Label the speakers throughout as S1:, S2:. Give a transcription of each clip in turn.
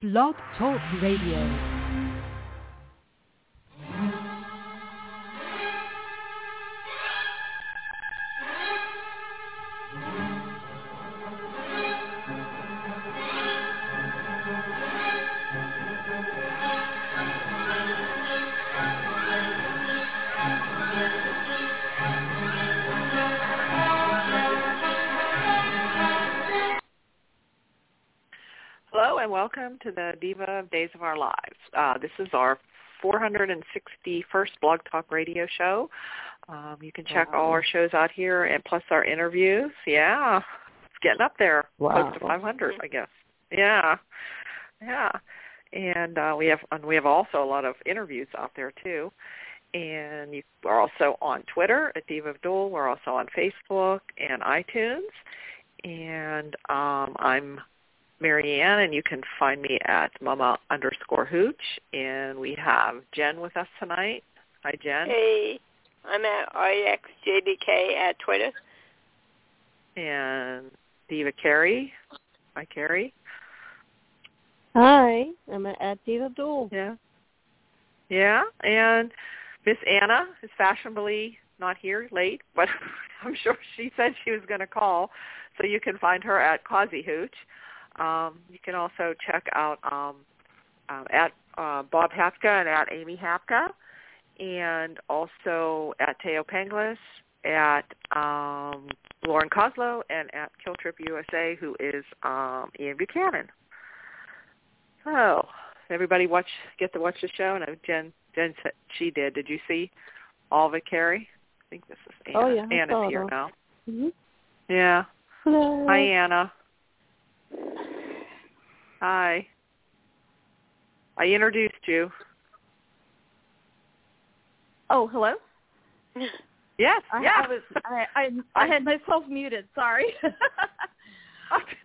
S1: Blog Talk Radio.
S2: Hello and welcome to the Diva of Days of Our Lives. Uh, this is our 461st Blog Talk Radio show. Um, you can check all
S3: Wow.
S2: our shows out here and plus our interviews. Yeah, it's getting up there,
S3: Wow.
S2: close to 500, I guess. Yeah, yeah, and uh, we have and we have also a lot of interviews out there too. And you are also on Twitter at Diva of Dual. We're also on Facebook and iTunes. And um, I'm Marianne, and you can find me at mama underscore hooch. And we have Jen with us tonight. Hi, Jen.
S4: Hey, I'm at E IXJDK at Twitter.
S2: And Diva Carey. Hi, Carey.
S3: Hi, I'm at Diva Abdul.
S2: Yeah. Yeah. And Miss Anna is fashionably not here late, but I'm sure she said she was going to call. So you can find her at Causey Hooch. Um, you can also check out um, um, at uh, Bob Hapka and at Amy Hapka, and also at Teo Penglis, at um, Lauren Coslow, and at Kill Trip USA, who is um, Ian Buchanan. So everybody watch get to watch the show. And I know Jen Jen said she did. Did you see all of it, Carrie? I think this is Anna.
S3: Oh, yeah, I saw
S2: Anna's
S3: it
S2: here
S3: all.
S2: now.
S3: Mm-hmm.
S2: Yeah.
S3: Hello.
S2: Hi, Anna. Hi. I introduced you.
S5: Oh, hello.
S2: Yes.
S5: I,
S2: yes.
S5: I was I, I I had myself muted. Sorry.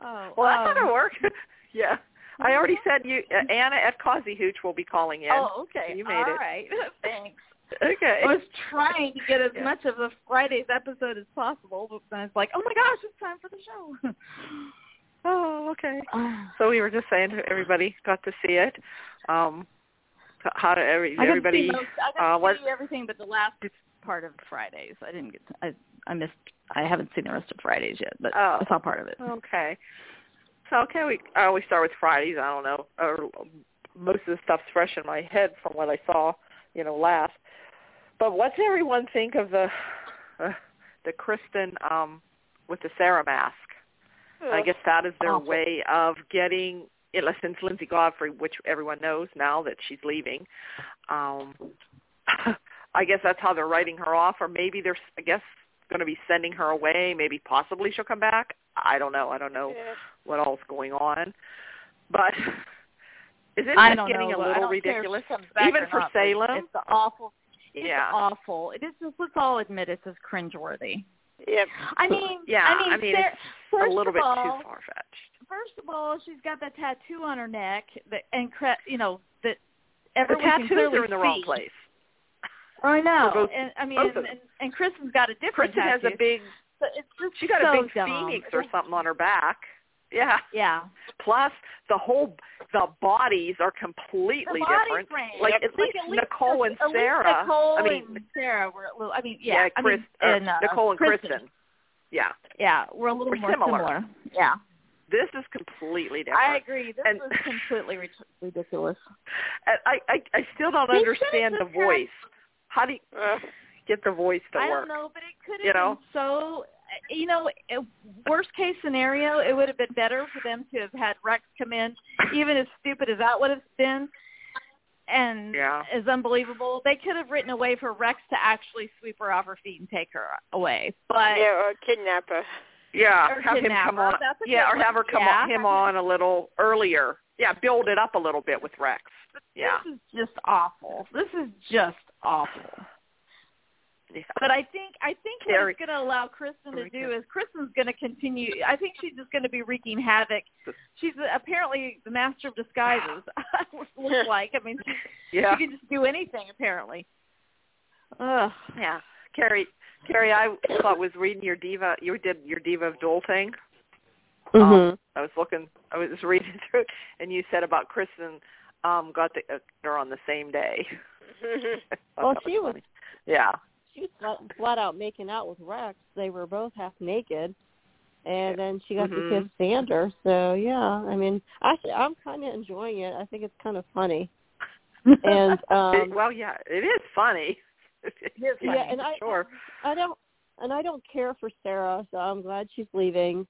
S5: oh,
S2: well,
S5: um,
S2: that's gonna work. yeah. I already said you, uh, Anna at Causey Hooch will be calling in.
S5: Oh, okay.
S2: You made
S5: All
S2: it.
S5: right. Thanks.
S2: Okay.
S5: I was trying to get as
S2: Yeah.
S5: much of the Friday's episode as possible, but then I was like, oh my gosh, it's time for the show.
S2: oh, okay. So we were just saying to everybody got to see it. Um, h- how to every,
S5: I got to
S2: everybody?
S5: see most, I got
S2: uh,
S5: to
S2: what-
S5: see everything but the last part of Fridays. I didn't get. I I missed. I haven't seen the rest of Fridays yet, but
S2: Oh.
S5: I saw part of it.
S2: Okay. So okay, we I always start with Fridays. I don't know. Or most of the stuff's fresh in my head from what I saw, you know, last. But what's everyone think of the uh, the Kristen um, with the Sarah mask? I guess that is their
S3: Awful.
S2: way of getting, unless since Lindsay Godfrey, which everyone knows now that she's leaving, um, I guess that's how they're writing her off, or maybe they're, I guess, going to be sending her away. Maybe possibly she'll come back. I don't know. I don't know
S4: Yeah.
S2: what all's going on, but is it
S5: I
S2: just
S5: don't
S2: getting
S5: know.
S2: a
S5: but I
S2: little
S5: don't care if she
S2: ridiculous,
S5: comes back
S2: even
S5: or
S2: for
S5: not, but
S2: Salem?
S5: It's awful. It's
S2: yeah,
S5: awful. It is just let's all admit it's just cringeworthy.
S4: Yep.
S5: I mean,
S2: yeah.
S5: I mean, Sarah,
S2: it's
S5: first
S2: a little
S5: of
S2: bit
S5: all,
S2: too far fetched.
S5: First of all, she's got that tattoo on her neck that and cre- you know that
S2: The
S5: everyone can
S2: tattoos
S5: clearly
S2: are in the wrong
S5: see.
S2: place.
S5: I know.
S2: For both-
S5: and I mean,
S2: both of
S5: and, and, and Kristen's got a different
S2: Kristen has
S5: tattoo.
S2: a big
S5: so it's just
S2: She got
S5: so
S2: a big
S5: dumb.
S2: phoenix or something on her back. Yeah.
S5: Yeah.
S2: Plus, the whole the bodies are completely
S5: the body
S2: different.
S5: Frame.
S2: Like
S5: Yep.
S2: at least
S5: at
S2: Nicole and
S5: at least
S2: Sarah.
S5: Nicole
S2: I mean,
S5: and Sarah were. A little, I mean, yeah. I
S2: Chris,
S5: mean,
S2: or
S5: and, uh,
S2: Nicole and
S5: Kristen.
S2: Yeah.
S5: Yeah, we're a little
S2: Were
S5: more
S2: similar.
S5: Yeah.
S2: This is completely different.
S5: I agree. This
S2: And-
S5: was completely rit- ridiculous.
S2: And I I, I still don't
S5: They should've
S2: understand the
S5: just had-
S2: voice. How do you
S4: Uh,
S2: get the voice to
S5: I
S2: work?
S5: don't know, but it could have
S2: You know?
S5: been so. eh, You know, it- worst case scenario, it would have been better for them to have had Rex come in, even as stupid as that would have been, and
S2: Yeah.
S5: as unbelievable. They could have written a way for Rex to actually sweep her off her feet and take her away, but
S4: yeah, or kidnapper.
S2: Yeah,
S5: Or
S2: have him
S5: kidnap
S2: come
S5: her.
S2: on.
S5: That's a
S2: Yeah,
S5: good
S2: or have her
S5: one.
S2: come
S5: Yeah.
S2: on him on a little earlier. Yeah, build it up a little bit with Rex. Yeah.
S5: this is just awful. This is just awful.
S2: Yeah.
S5: But I think I think
S2: Carrie-
S5: what it's going to allow Kristen
S2: Carrie
S5: to do
S2: Kidd.
S5: is Kristen's going to continue. I think she's just going to be wreaking havoc. She's apparently the master of disguises. looks like. I mean, she,
S2: yeah.
S5: she can just do anything apparently. Ugh.
S2: Yeah, Carrie. Carrie, I thought was reading your diva. You did your diva of duel thing.
S3: Mhm.
S2: Um, I was looking, I was reading through, it, and you said about Kristen um, got the uh, dinner on the same day. I thought
S3: Well,
S2: that
S3: she was-
S2: funny. Yeah,
S3: She was flat, flat out making out with Rex. They were both half naked, and then she got
S2: Mhm.
S3: to kiss Xander. So yeah, I mean, actually, I'm kind of enjoying it. I think it's kind of funny.
S2: Oh.
S3: And
S2: It-
S3: um
S2: well, yeah, it is funny. It is funny,
S3: Yeah, and
S2: for
S3: I-
S2: sure.
S3: I don't, and I don't care for Sarah, so I'm glad she's leaving.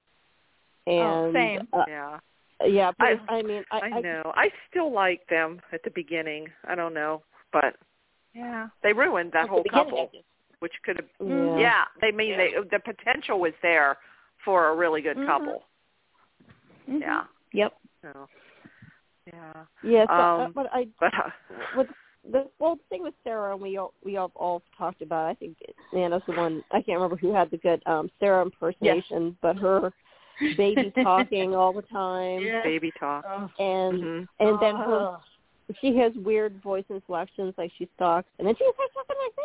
S3: And
S5: Oh, same.
S3: Uh,
S2: yeah,
S3: yeah,
S2: I-
S3: but I, mean, I,
S2: I, know. I still like them at the beginning. I don't know, but yeah, they ruined that
S3: at the
S2: whole
S3: beginning,
S2: couple, which could have.
S3: Yeah.
S2: Yeah, they mean they, the potential was there for a really good
S3: Mm-hmm.
S5: Mhm.
S2: couple. Yeah.
S5: Mm-hmm.
S3: Yep.
S2: So, yeah,
S3: Yes, but,
S2: Um,
S3: but I
S2: but uh,
S3: with the well the thing with Sarah and we all we all, all talked about I think Nana's the one I can't remember who had the good um Sarah impersonation but her baby talking all the time
S2: baby talk.
S3: and
S2: Mhm.
S5: Mm-hmm.
S3: and then
S5: Ah.
S3: her
S5: Oh,
S3: she has weird voice inflections like she talks and then she starts talking like this.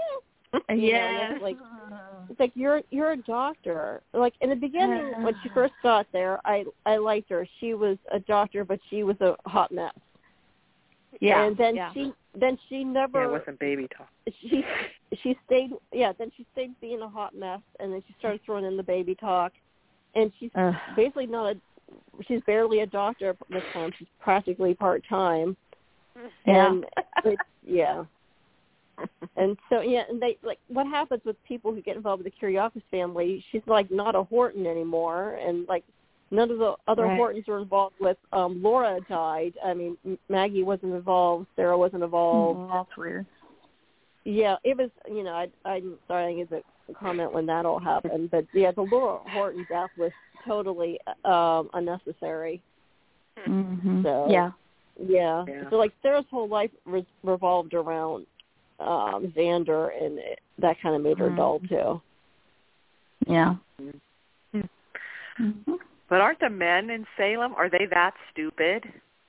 S3: You know, and
S5: Yeah.
S3: it's like it's like you're you're a doctor. Like in the beginning when she first got there I I liked her. She was a doctor but she was a hot mess.
S5: yeah.
S3: And then
S5: yeah.
S3: she then she never
S2: Yeah, it wasn't baby talk.
S3: she she stayed yeah then she stayed being a hot mess and then she started throwing in the baby talk and she's basically not a she's barely a doctor at this time she's practically part time
S5: yeah. Mm-hmm.
S3: and it, yeah and so yeah and they like what happens with people who get involved with the Kiriakis family she's like not a Horton anymore and like none of the other
S5: Right.
S3: Hortons were involved with um Laura died I mean M- Maggie wasn't involved Sarah wasn't involved
S5: Oh, that's weird.
S3: yeah, it was. You know, I I'm sorry I didn't get to comment when that all happened, but yeah, the Laura Horton death was totally um unnecessary.
S5: Mm-hmm.
S3: So-
S5: yeah.
S3: Yeah.
S2: Yeah.
S3: So like Sarah's whole life re- revolved around um Xander, and it, that kind of made her
S2: Mm-hmm.
S5: Mhm.
S3: dull too.
S5: Yeah.
S2: Mhm.
S5: Mhm.
S2: But aren't the men in Salem? Are they that stupid?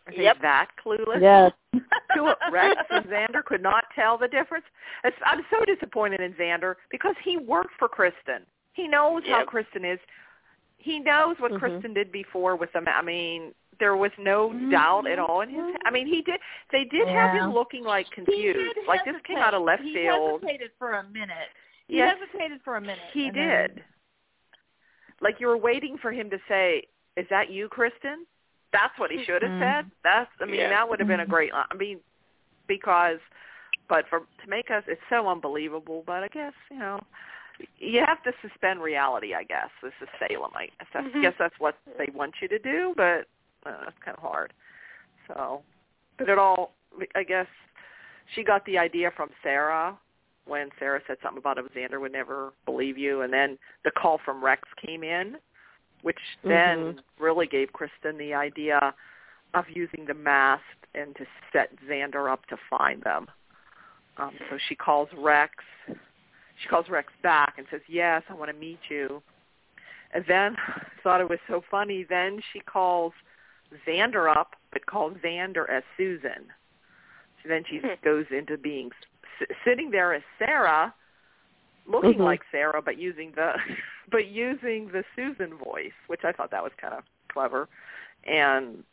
S2: Are they
S4: Yep.
S2: that clueless?
S3: Yes.
S2: Two Rex and Xander could not tell the difference. It's, I'm so disappointed in Xander because he worked for Kristen. He knows how
S4: Yep.
S2: Kristen is. He knows what
S3: Mhm.
S2: Kristen did before with them. I mean, there was no doubt at all in his. I mean, he did. They did have
S5: Yeah.
S2: him looking like confused.
S5: did
S2: Like this came out of left
S5: hesitate.
S2: field.
S5: He hesitated for a minute. He
S2: Yes.
S5: hesitated for a minute.
S2: He
S5: and then-
S2: did. Like you were waiting for him to say, "Is that you, Kristen?" That's what he should have
S5: Mhm.
S2: said. That's I mean
S4: Yeah.
S2: that would have been a
S5: Mhm.
S2: great line. I mean because but for to make us it's so unbelievable, but I guess, you know, you have to suspend reality, I guess. This is Salem, I guess. That's- I
S5: Mm-hmm.
S4: Mhm.
S2: guess that's what they want you to do, but uh, it's kind of hard. So, but it all, I guess, she got the idea from Sarah when Sarah said something about Xander would never believe you, and then the call from Rex came in, which then
S3: Mhm.
S2: really gave Kristen the idea of using the mask and to set Xander up to find them. Um, so she calls Rex. She calls Rex back and says, "Yes, I want to meet you." And then thought it was so funny. Then she calls Xander up, but calls Xander as Susan. So then she
S4: Hmm.
S2: goes into being s- sitting there as Sarah, looking
S3: Mhm.
S2: like Sarah, but using the but using the Susan voice, which I thought that was kind of clever, and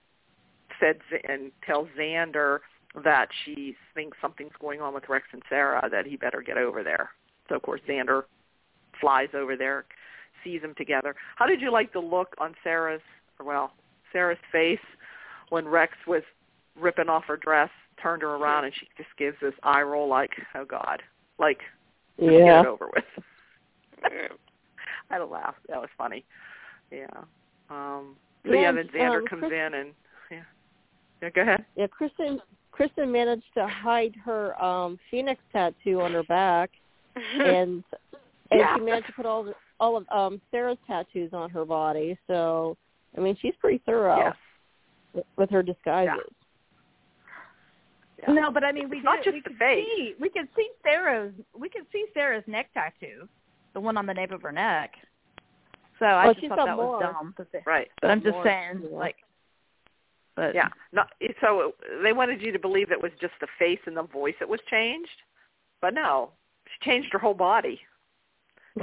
S2: said Z- and tells Xander that she thinks something's going on with Rex and Sarah that he better get over there. So of course Xander flies over there, sees them together. How did you like the look on Sarah's or well Sarah's face when Rex was ripping off her dress, turned her around, and she just gives this eye roll like, oh god, like just
S3: Yeah.
S2: get it over with.
S4: Yeah.
S2: I had a laugh. That was funny. Yeah. Um so
S3: Yeah,
S2: yeah, then
S3: um,
S5: oh,
S2: Xander comes
S3: Chris-
S2: in and yeah. Yeah, go ahead.
S3: Yeah. Kristen Kristen managed to hide her um phoenix tattoo on her back, and and
S2: Yeah.
S3: she managed to put all the, all of um Sarah's tattoos on her body. So I mean, she's pretty thorough.
S2: Yes.
S3: with- with her disguises.
S2: Yeah.
S5: No, but I mean, we
S2: It's not just
S5: did, we
S2: the
S5: could
S2: face.
S5: see we could see Sarah's we could see Sarah's neck tattoo, the one on the nape of her neck. So I
S3: Well,
S5: just
S3: she's
S5: thought
S3: got
S5: that
S3: more.
S5: was dumb. But
S2: Right.
S5: I'm just
S3: More,
S5: saying,
S3: yeah.
S5: like, but
S2: Yeah. Not, so they wanted you to believe it was just the face and the voice that was changed, but no, she changed her whole body.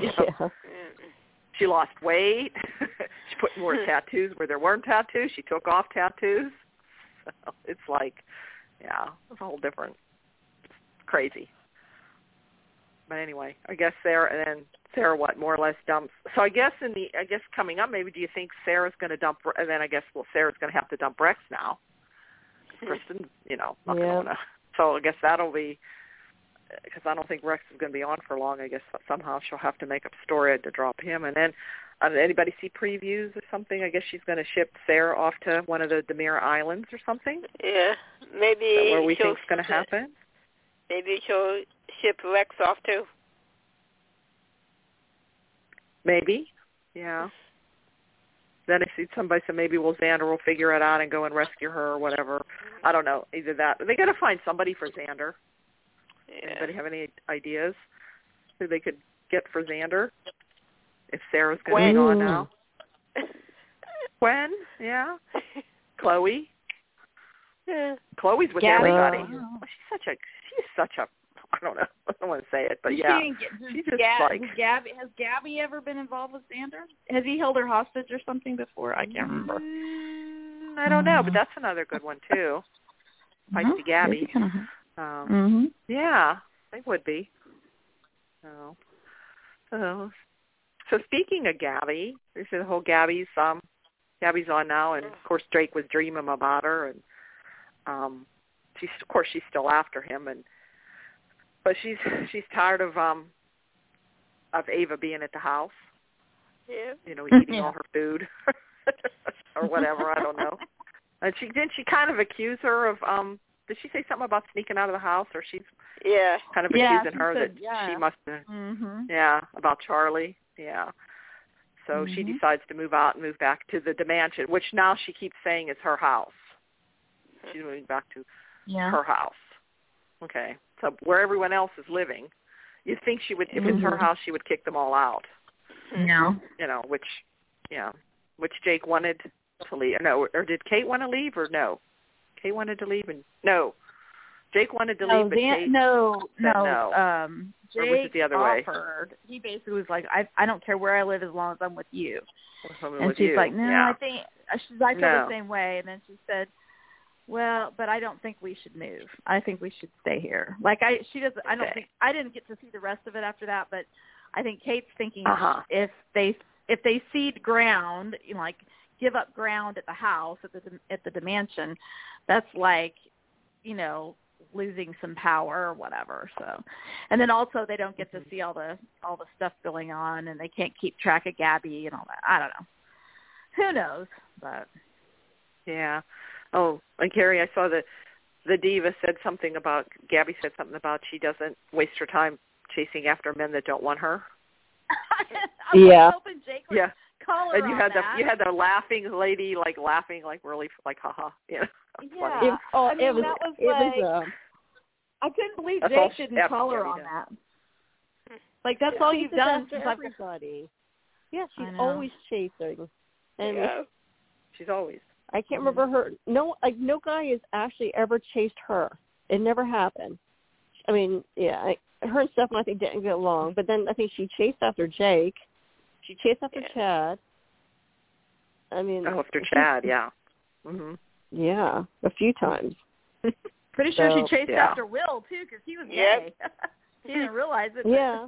S2: Yeah.
S3: Yeah.
S2: She lost weight. she put more tattoos where there weren't tattoos. She took off tattoos. So it's like, yeah, it's a whole different, it's crazy. But anyway, I guess Sarah and then Sarah what more or less dumps. So I guess in the I guess coming up, maybe do you think Sarah's going to dump? And then I guess well, Sarah's going to have to dump Rex now. Kristen, you know, not
S3: Yeah.
S2: going to. So I guess that'll be because I don't think Rex is going to be on for long. I guess somehow she'll have to make up a story to drop him. And then, uh, did anybody see previews or something? I guess she's going to ship Sarah off to one of the Demir Islands or something.
S4: Yeah,
S2: Is that
S4: maybe
S2: where we
S4: she'll,
S2: think's going to happen?
S4: Maybe she'll ship Rex off too.
S2: Maybe. Yeah. Then I see somebody said maybe well Xander will figure it out and go and rescue her or whatever. I don't know. Either that they got to find somebody for Xander.
S4: Yeah.
S2: Anybody have any ideas who they could get for Xander? If Sarah's
S4: Gwen.
S2: going to be on now. Gwen, yeah. Chloe.
S4: yeah.
S2: Chloe's with
S5: Gabby.
S2: everybody.
S5: Oh.
S2: She's such a she's such a I don't know. I don't want to say it, but
S5: She
S2: yeah.
S5: didn't get- does
S2: She just,
S5: Gab-
S2: like-
S5: does Gabby, has Gabby ever been involved with Xander? Has he held her hostage or something before? I can't remember.
S2: Mm, I don't know, but that's another good one too. Feisty Gabby. Um,
S5: Mm-hmm.
S2: Yeah, they would be. So, so, so speaking of Gabby, this is the whole Gabby's um, Gabby's on now, and of course Drake was dreaming about her, and um, she's of course she's still after him, and but she's she's tired of um of Ava being at the house,
S4: Yeah.
S2: you know, eating
S5: Yeah.
S2: all her food or whatever. I don't know. And she didn't she kind of accuse her of um did she say something about sneaking out of the house or she's
S4: Yeah.
S2: kind of
S5: Yeah,
S2: accusing
S5: she
S2: her
S5: said,
S2: that
S5: yeah.
S2: she must have
S5: Mm-hmm.
S2: yeah about charlie yeah so she
S5: Mhm.
S2: decides to move out and move back to the mansion which now she keeps saying is her house she's moving back to
S5: Yeah.
S2: her house okay so where everyone else is living you'd think she would if it's her
S5: Mhm.
S2: house she would kick them all out
S5: No.
S2: you know which yeah which jake wanted to leave no or did kate want to leave or no kate wanted to leave and no jake wanted to
S5: no,
S2: leave but
S5: Xan-
S2: kate
S5: no,
S2: said
S5: no,
S2: no.
S5: Um, Jake
S2: Or was it the other way?
S5: offered. He basically was like, I, I don't care where I live as long as I'm with you.
S2: was something
S5: and
S2: with
S5: she's
S2: you.
S5: like, No,
S2: yeah.
S5: I think uh, she's. I feel
S2: No.
S5: the same way. And then she said, Well, but I don't think we should move. I think we should stay here. Like I, she doesn't. I don't
S2: Okay.
S5: think I didn't get to see the rest of it after that. But I think Kate's thinking
S2: Uh-huh.
S5: if they if they cede ground, you know, like give up ground at the house at the at the mansion, that's like, you know losing some power or whatever so and then also they don't get to
S2: Mm-hmm.
S5: see all the all the stuff going on and they can't keep track of gabby and all that i don't know who knows but
S2: Yeah. Oh, and Carrie, I saw the the diva said something about Gabby said something about she doesn't waste her time chasing after men that don't want her.
S5: I was
S3: Yeah.
S5: hoping Jake would
S2: Yeah,
S5: call her
S2: and you
S5: on
S2: had
S5: that.
S2: the you had the laughing lady like laughing like really like haha. Yeah,
S5: yeah.
S3: It, oh,
S5: I mean,
S3: it was,
S5: that was
S3: it was, uh,
S5: I couldn't believe
S2: That's all
S5: Jake
S2: she-
S5: didn't
S2: that's
S5: call her
S2: all
S5: on
S2: he
S5: that. Like that's all
S3: chases
S5: you've done
S3: after
S5: since I've
S3: everybody. Yeah, she's
S5: I know.
S3: always chasing. And
S4: yeah.
S2: she's always.
S3: I can't remember her. No, like no guy has actually ever chased her. It never happened. I mean, yeah, I, her and Stefan I think didn't get along, but then I think she chased after Jake. She chased after
S4: Yeah.
S3: Chad. I mean,
S2: Oh, after Chad, yeah. Mhm.
S3: yeah, a few times.
S5: pretty sure
S3: So,
S5: she chased
S2: yeah.
S5: after Will too because he was
S4: Yep.
S5: gay. she didn't realize it. but-
S3: Yeah.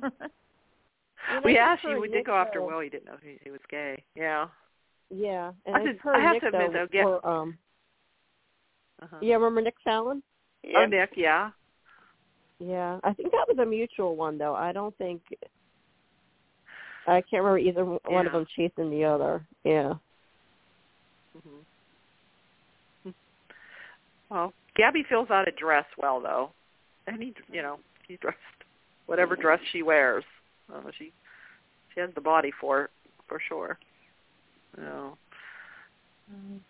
S2: Well, yeah,
S3: that's
S2: she
S3: her
S2: we did go
S3: nickname.
S2: after Will. He didn't know he, he was gay. Yeah.
S3: Yeah, and
S2: I
S3: think
S2: did-
S3: her
S2: I
S3: and
S2: have
S3: Nick
S2: to admit, though, get-
S3: though, were, um,
S2: Uh-huh.
S3: yeah, remember Nick Fallon?
S4: Yeah.
S2: Oh, Nick. Yeah.
S3: Yeah, I think that was a mutual one though. I don't think I can't remember either one of
S2: Yeah.
S3: them chasing the other. Yeah.
S2: Mm-hmm. Well, Gabby fills out a dress well, though. Any, you know, she dressed whatever
S5: Mm-hmm.
S2: dress she wears. Uh, she she has the body for it, for sure. So, let's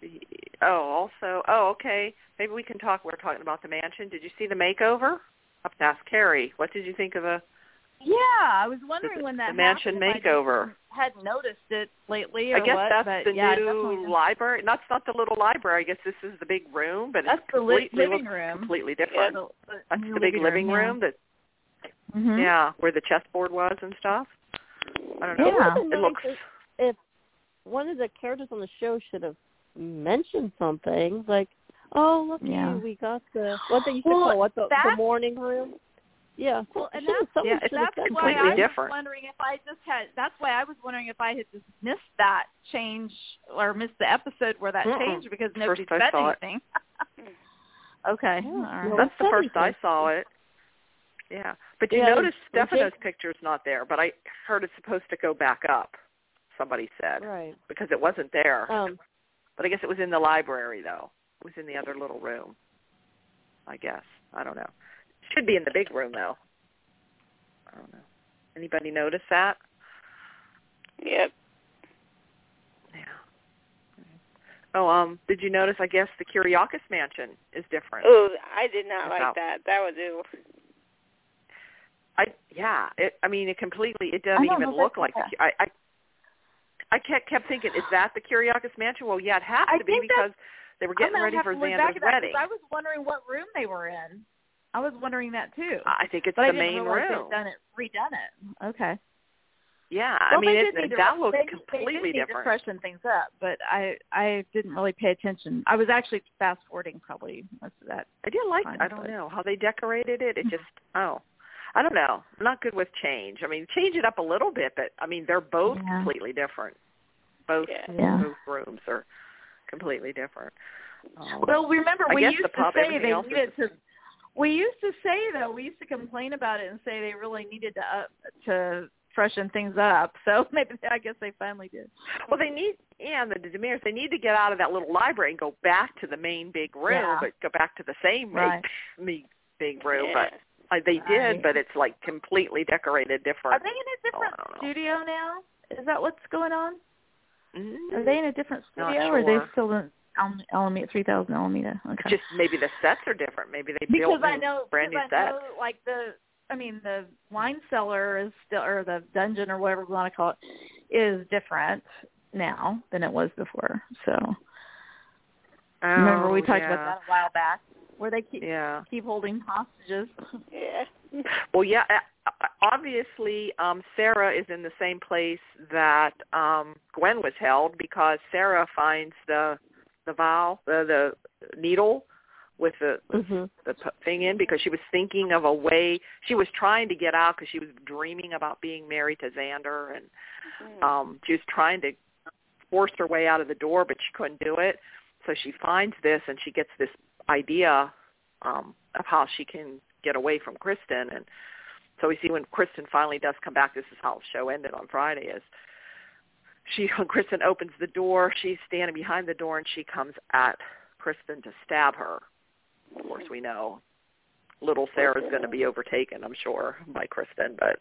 S2: see. Oh, also, oh, okay. Maybe we can talk. We're talking about the mansion. Did you see the makeover? Up to ask Carrie. What did you think of the
S5: Yeah, I was wondering
S2: The-
S5: when that
S2: the mansion
S5: happened, if I
S2: makeover.
S5: just Hadn't noticed it lately, or
S2: I guess
S5: what?
S2: that's
S5: but
S2: the
S5: yeah, I definitely
S2: new
S5: didn't-
S2: library. That's not the little library. I guess this is the big room, but
S5: That's
S2: it's
S5: the li-
S2: completely
S5: living
S2: looks
S5: room.
S2: completely different.
S5: The- the
S2: That's
S5: new
S2: the big living
S5: yeah.
S2: room that
S5: Mhm.
S2: yeah, where the chessboard was and stuff. I don't know.
S5: Yeah.
S2: It looks.
S3: If, if one of the characters on the show should have mentioned something like, "Oh, look,
S5: Yeah.
S3: you, we got the what they used
S5: Well,
S3: to call what the, the
S5: that's-
S3: morning room." Yeah.
S5: Well, and
S3: Should have-
S5: that's
S3: someone
S2: yeah,
S3: should
S5: that's
S3: have said
S5: why
S2: completely
S5: I
S3: something.
S2: different.
S5: was wondering if I just had. That's why I was wondering if I had just missed that change or missed the episode where that
S2: Mm-mm.
S5: changed because nobody
S2: uh-uh. First I
S5: said
S2: saw it.
S5: anything. okay,
S3: Yeah.
S5: all right.
S3: Well,
S2: That's the
S3: Seven
S2: first I
S3: Sisters.
S2: saw it. Yeah, but you
S3: Yeah,
S2: notice
S3: and
S2: Stefano's
S3: Jake-
S2: picture's not there. But I heard it's supposed to go back up. Somebody said
S3: Right.
S2: because it wasn't there.
S3: Um.
S2: but I guess it was in the library though. It was in the other little room. I guess I don't know. Should be in the big room though. I don't know. Anybody notice that?
S4: Yep.
S2: Yeah. Oh, um, did you notice? I guess the Kyriakis mansion is different.
S4: Oh, I did not
S2: It's
S4: like
S2: out.
S4: that. That was ew.
S2: I yeah. It, I mean, it completely. It
S5: I
S2: doesn't
S5: don't know
S2: even
S5: if
S2: look like.
S5: that's
S2: The, I, I I kept kept thinking, is that the Kyriakis mansion? Well, yeah, it has
S5: I
S2: to be
S5: think that's-
S2: because they were
S5: I'm
S2: getting
S5: gonna
S2: ready
S5: have
S2: for
S5: to look back
S2: Xander's
S5: at that 'cause
S2: wedding.
S5: I was wondering what room they were in. I was wondering that too.
S2: I think Uh, it's
S5: but I
S2: the
S5: didn't
S2: main
S5: realize
S2: room.
S5: they'd done it, redone it. Okay.
S2: Yeah,
S5: well,
S2: I mean,
S5: they
S2: it,
S5: did need to,
S2: that
S5: they,
S2: looks
S5: they did
S2: completely
S5: need to
S2: different.
S5: freshen things up, but I I didn't really pay attention. I was actually fast forwarding probably most of that.
S2: I did like.
S5: fine,
S2: I don't
S5: but- Mm-hmm.
S2: know how they decorated it. It just oh, I don't know. I'm not good with change. I mean, change it up a little bit, but I mean, they're both
S5: Yeah.
S2: completely different. Both
S4: Yeah.
S5: Yeah.
S2: both rooms are completely different. Um,
S5: Well, remember
S2: I
S5: we
S2: guess
S5: used
S2: the
S5: to
S2: pop-
S5: say
S2: everything
S5: they
S2: else is
S5: needed to. We used to say though, we used to complain about it and say they really needed to up, to freshen things up. So maybe I guess they finally did.
S2: well, they need yeah, and the Demirs they need to get out of that little library and go back to the main big room,
S5: Yeah.
S2: but go back to the same
S5: Right.
S2: big, me- big room.
S4: yeah.
S2: But uh, they did,
S5: Right.
S2: but it's like completely decorated
S5: Are
S2: different.
S5: they in
S2: Oh,
S5: a
S2: I
S5: different
S2: don't know.
S5: studio now? Is that what's going on? Are
S2: Mm,
S5: they in a different
S2: Not
S5: studio, or are they
S2: sure.
S5: still in Al- Alameda three thousand Alameda? Okay.
S2: Just maybe the sets are different. Maybe they
S5: because
S2: built
S5: I
S2: new-
S5: know
S2: brand
S5: because
S2: new
S5: I
S2: sets.
S5: know like the I mean the wine cellar is still or the dungeon or whatever we want to call it is different now than it was before. So remember we
S2: Oh,
S5: talked
S2: yeah.
S5: about that a while back where they keep
S2: Yeah.
S5: keep holding hostages.
S4: Yeah.
S2: Well, yeah. uh, uh, Obviously, um, Sarah is in the same place that um, Gwen was held because Sarah finds the the vial, the, the needle with the
S3: mhm.
S5: Mm-hmm.
S2: the p- thing in because she was thinking of a way. She was trying to get out because she was dreaming about being married to Xander, and um, she was trying to force her way out of the door, but she couldn't do it. So she finds this, and she gets this idea um, of how she can get away from Kristen. And so we see when Kristen finally does come back, this is how the show ended on Friday. Is she when Kristen opens the door, she's standing behind the door, and she comes at Kristen to stab her. Of course, we know little Sarah's going to be overtaken, I'm sure, by Kristen, but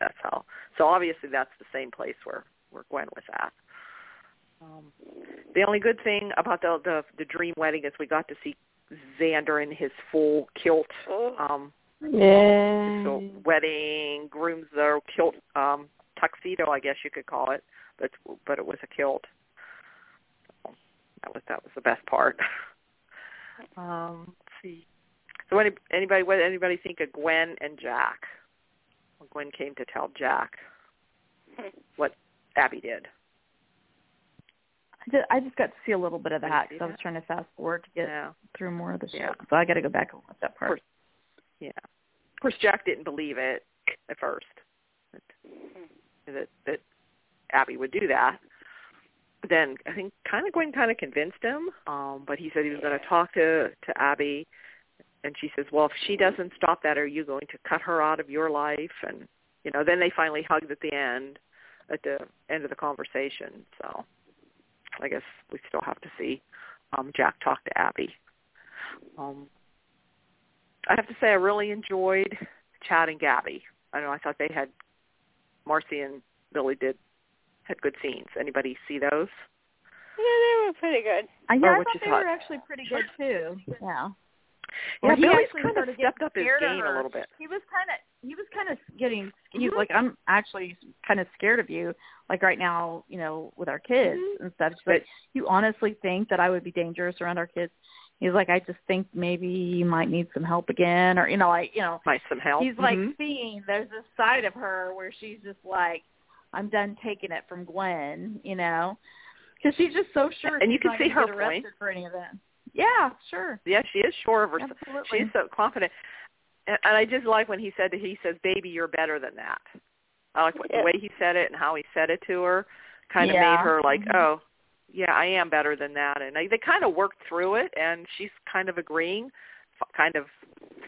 S2: that's how. So obviously, that's the same place where where Gwen was at. Um, the only good thing about the, the the dream wedding is we got to see Xander in his full kilt,
S4: Oh,
S2: um,
S3: Yeah.
S2: so wedding groom's uh, kilt um, tuxedo, I guess you could call it, but but it was a kilt. That was that was the best part. Um, let's see. So any, anybody, what did anybody think of Gwen and Jack? When Gwen came to tell Jack what Abby did.
S5: I just, I just got to see a little bit of
S2: Did you
S5: that
S2: see
S5: because I was
S2: that?
S5: trying to fast forward to get
S2: Yeah.
S5: through more of the show.
S2: Yeah.
S5: So I got to go back and watch that part.
S2: course. Yeah. Of course, Jack didn't believe it at first that that, that Abby would do that. But then I think kind of Gwen kind of convinced him, um, but he said he was going to talk to to Abby, and she says, "Well, if she doesn't stop that, are you going to cut her out of your life?" And you know, then they finally hugged at the end, at the end of the conversation. So I guess we still have to see um, Jack talk to Abby. Um, I have to say I really enjoyed Chad and Gabby. I know I thought they had Marcy and Billy did had good scenes. Anybody see those?
S4: yeah, they were pretty good.
S5: I, Uh, yeah, I
S2: what
S5: thought
S2: you
S5: they
S2: thought.
S5: were actually pretty good too. Yeah.
S2: Yeah,
S5: he
S2: Billy's
S5: actually
S2: kind of
S5: started
S2: stepped
S5: getting
S2: up his
S5: scared of
S2: game a
S5: her.
S2: little bit.
S5: he was kind of he was kind of getting he's
S2: Mhm.
S5: like I'm actually kind of scared of you like right now you know with our kids
S2: Mhm.
S5: and stuff. She's
S2: But-
S5: like you honestly think that I would be dangerous around our kids? He's like I just think maybe you might need some help again or you know like you know
S2: Might some help.
S5: he's like
S2: Mhm.
S5: seeing there's this side of her where she's just like I'm done taking it from Gwen, you know, because she's just so sure.
S2: And you
S5: she's
S2: can
S5: not
S2: see
S5: gonna
S2: her
S5: get arrested
S2: point.
S5: for any of that. Yeah, sure.
S2: Yeah, she is sure of herself.
S5: Absolutely.
S2: She's so confident. And, and I just like when he said he says, "Baby, you're better than that." I like what,
S4: Yeah.
S2: the way he said it and how he said it to her. Kind of
S5: Yeah.
S2: made her like,
S5: Mhm.
S2: "Oh, yeah, I am better than that." And I, they kind of worked through it, and she's kind of agreeing, f- kind of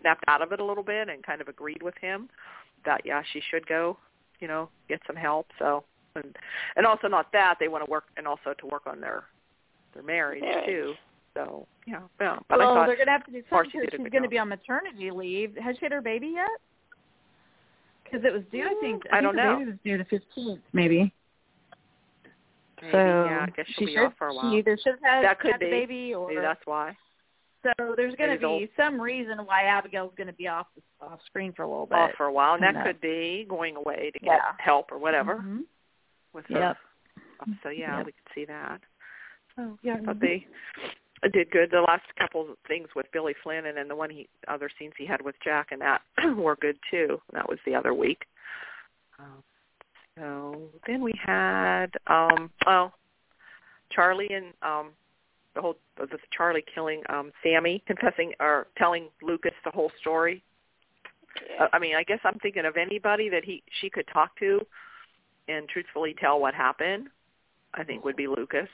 S2: snapped out of it a little bit, and kind of agreed with him that yeah, she should go, you know, get some help. So, and and also not that they want to work, and also to work on their their marriage
S4: Marriage.
S2: too. So yeah, yeah. But
S5: well,
S2: I thought,
S5: they're gonna have to do
S2: Marcy
S5: something. 'cause
S2: did a
S5: She's
S2: good
S5: gonna
S2: job.
S5: be on maternity leave. Has she had her baby yet? Because it was due, I think.
S2: I don't
S5: think her
S2: know.
S5: Baby was due the fifteenth, maybe.
S2: Maybe,
S5: so
S2: yeah, I guess
S5: she
S2: she'll be
S5: should,
S2: off for a while.
S5: She either should have had,
S2: That could
S5: had
S2: be.
S5: the baby, or
S2: Maybe that's why.
S5: so. There's gonna
S2: maybe they'll-
S5: be some reason why Abigail's gonna be off off screen for a little bit.
S2: off for a while, and
S5: who
S2: that
S5: knows?
S2: could be going away to get
S5: Yeah.
S2: help or whatever
S5: Mhm.
S2: with her. Uh,
S5: Yep.
S2: So yeah,
S5: Yep.
S2: we could see that. So yeah, I
S5: Mhm.
S2: thought they did good. The last couple things with Billy Flynn, and then the one he other scenes he had with Jack, and that were good too. That was the other week. Um, so then we had um oh Charlie and um the whole the Charlie killing um Sammy confessing or telling Lucas the whole story
S4: Yeah.
S2: uh, I mean, I guess I'm thinking of anybody that he she could talk to and truthfully tell what happened. I think would be Lucas.